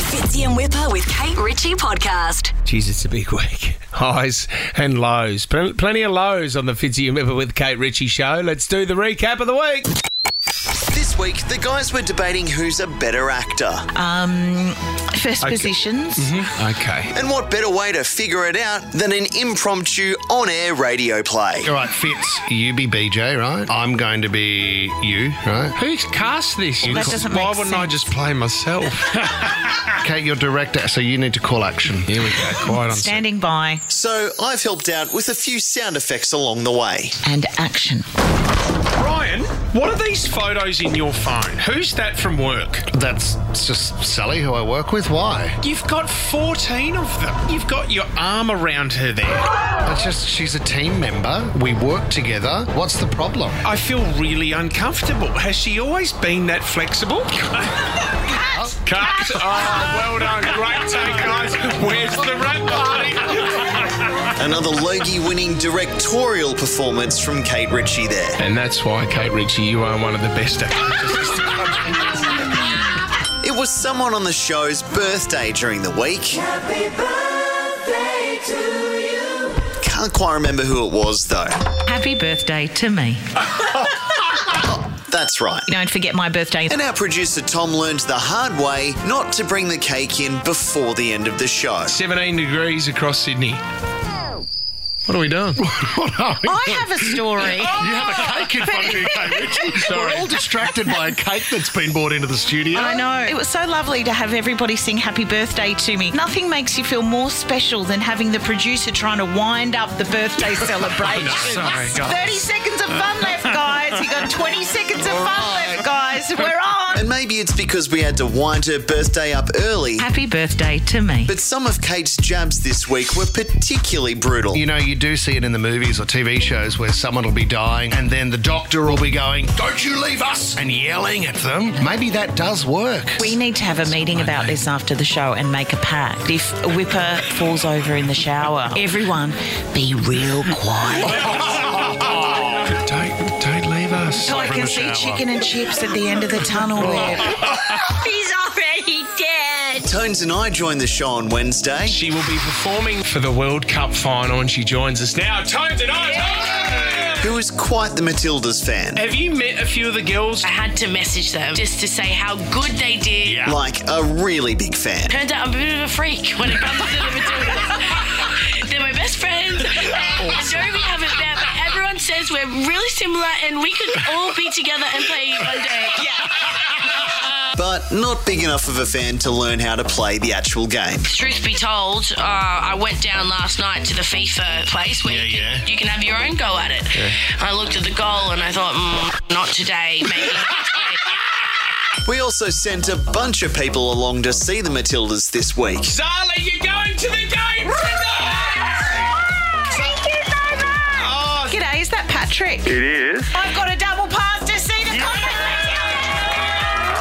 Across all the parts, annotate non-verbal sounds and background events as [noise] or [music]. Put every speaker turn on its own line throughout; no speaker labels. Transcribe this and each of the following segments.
Fitzy and Whipper with Kate Ritchie podcast.
Jeez, it's a big week. [laughs] Highs and lows. Pl- plenty of lows on the Fitzy and Whipper with Kate Ritchie show. Let's do the recap of the week.
This week, the guys were debating who's a better actor.
Um, First
Okay. Mm-hmm.
positions.
Hmm? Okay.
And what better way to figure it out than an impromptu on air radio play?
All right, Fitz, you be BJ, right? I'm going to be you, right?
Who's cast this?
That doesn't
Why
make
wouldn't I
sense.
just play myself?
Kate, you're director, so you need to call action.
Here we go.
[laughs]
Quite on set.
Standing by
So I've helped out with a few sound effects along the way.
and action.
Ryan, what are these photos in your phone? Who's that from work?
That's just Sally, who I work with. Why?
You've got 14 of them. You've got your arm around her there.
It's just she's a team member. We work together. What's the problem?
I feel really uncomfortable. Has she always been that flexible? Cut. Cut. Oh, well done. Great take, guys. Where's the rap party?
Another Logie winning directorial performance from Kate Ritchie there.
And that's why, Kate Ritchie, you are one of the best actors.
It was someone on the show's birthday during the week. Happy birthday to you. Can't quite remember who it was though.
Happy birthday to me.
That's right.
Don't forget my birthday.
And our producer Tom learned the hard way not to bring the cake in before the end of the show.
17 degrees across Sydney. What are we doing?
I have a story.
[laughs] You have a cake in front of you, Kate
[laughs]
Ritchie. We're all distracted by a cake that's been brought into the studio.
I know. It was so lovely to have everybody sing happy birthday to me. Nothing makes you feel more special than having the producer trying to wind up
[laughs]
the birthday celebration.
Sorry, guys.
30 seconds of fun left, guys. You got 20 seconds of fun left, guys. We're on.
And maybe it's because we had to wind her birthday up early,
Happy birthday to me.
but some of Kate's jabs this week were particularly brutal.
You know, you do see it in the movies or TV shows where someone will be dying and then the doctor will be going, Don't you leave us! and yelling at them. Maybe that does work. [laughs]
We need to have a meeting about this after the show and make a pact. If Whipper falls over in the shower, everyone be real quiet.
Don't, don't leave us.
So I can see chicken and chips at the end of the tunnel there.
He's already dead.
Tones and I joined the show on Wednesday.
She will be performing for the World Cup final and she joins us now. Time to know.
Who is quite the Matildas fan?
Have you met a few of the girls?
I had to message them just to say how good they did.
Like a really big fan.
Turns out I'm a bit of a freak when it comes to the Matildas. [laughs] They're my best friends. I don't really have it bad, but everyone says we're really similar and we could all be together and play one day.
But not big enough of a fan to learn how to play the actual game.
Truth be told, uh, I went down last night to the FIFA place where you, can, you can have your own go at it. I looked at the goal and I thought, mm, not today, maybe. not today."
We also sent a bunch of people along to see the Matildas this week.
Zala, you're going to the game tonight! Thank you so much!
G'day, is that Patrick?
It is.
I've got a double pass to see the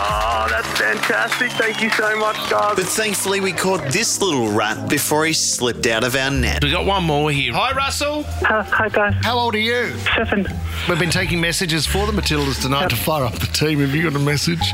Oh, that's fantastic. Thank you so much, guys.
But thankfully, we caught this little rat before he slipped out of our net.
we got one more here. Hi, Russell.
Uh, hi, guys.
How old are you?
Seven.
We've been taking messages for the Matildas tonight to fire up the team. Have you got a message?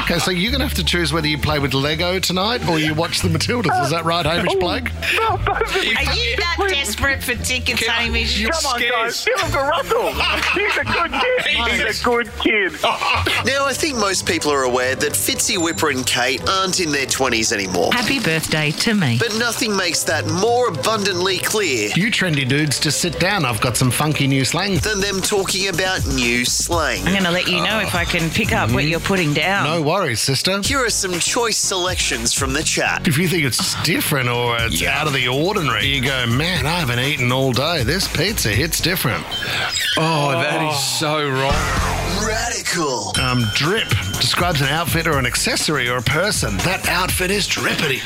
Okay, so you're going to have to choose whether you play with Lego tonight or you watch the Matildas. Is that right,
Oh,
Oh.
Hamish Blake?
Are you that desperate for tickets, Hamish?
Come on, guys. Give him to
[laughs]
Russell. He's a good kid. He's a good kid.
Now, I think most people are aware that Fitzy, Whipper, and Kate aren't in their 20s anymore.
Happy birthday to me.
But nothing makes that more abundantly clear
You trendy dudes, just sit down. I've got some funky new slang.
than them talking about new slang.
I'm going to let you know if I can pick up what you're putting down.
No worries, sister.
Here are some choice selections from the chat.
If you think it's different or it's out of the ordinary, you go, man, I haven't eaten all day. This pizza hits different.
Oh, that is so wrong.
Radical.
Um, drip describes an outfit or an accessory or a person. That outfit is drippity.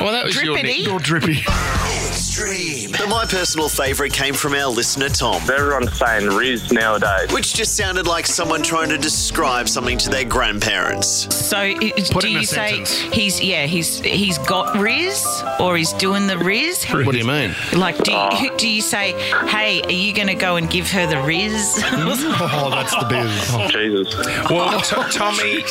Well, that was your
Drippity.
nick-
[laughs]
Or drippy.
It's mainstream. But my personal favourite came from our listener Tom,
Everyone's saying Riz nowadays.
which just sounded like someone trying to describe something to their grandparents.
So it,
Put
do
it in a
you say
sentence.
he's yeah he's he's got Riz or he's doing the Riz?
What do you mean?
Like do you, do you say hey are you going to go and give her the Riz? [laughs]
Oh, that's the biz.
Jesus.
Well, t- Tommy,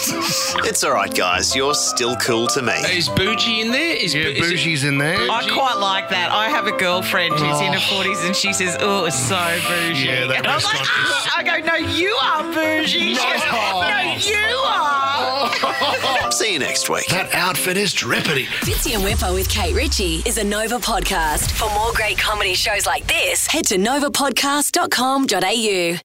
It's all right, guys. You're still cool to me.
Is Bougie in there? Is
Yeah,
is it-
Bougie's in there.
I quite like that. I have a girlfriend who's in her forties and she says oh it's so bougie.
Yeah, that
and I'm like
restaurant is-
ah! I go no you are bougie. She goes, [laughs] no you are.
See you next week.
That outfit is drippity.
Fitzy and Whipper with Kate Ritchie is a Nova podcast. For more great comedy shows like this, head to novapodcast.com.au.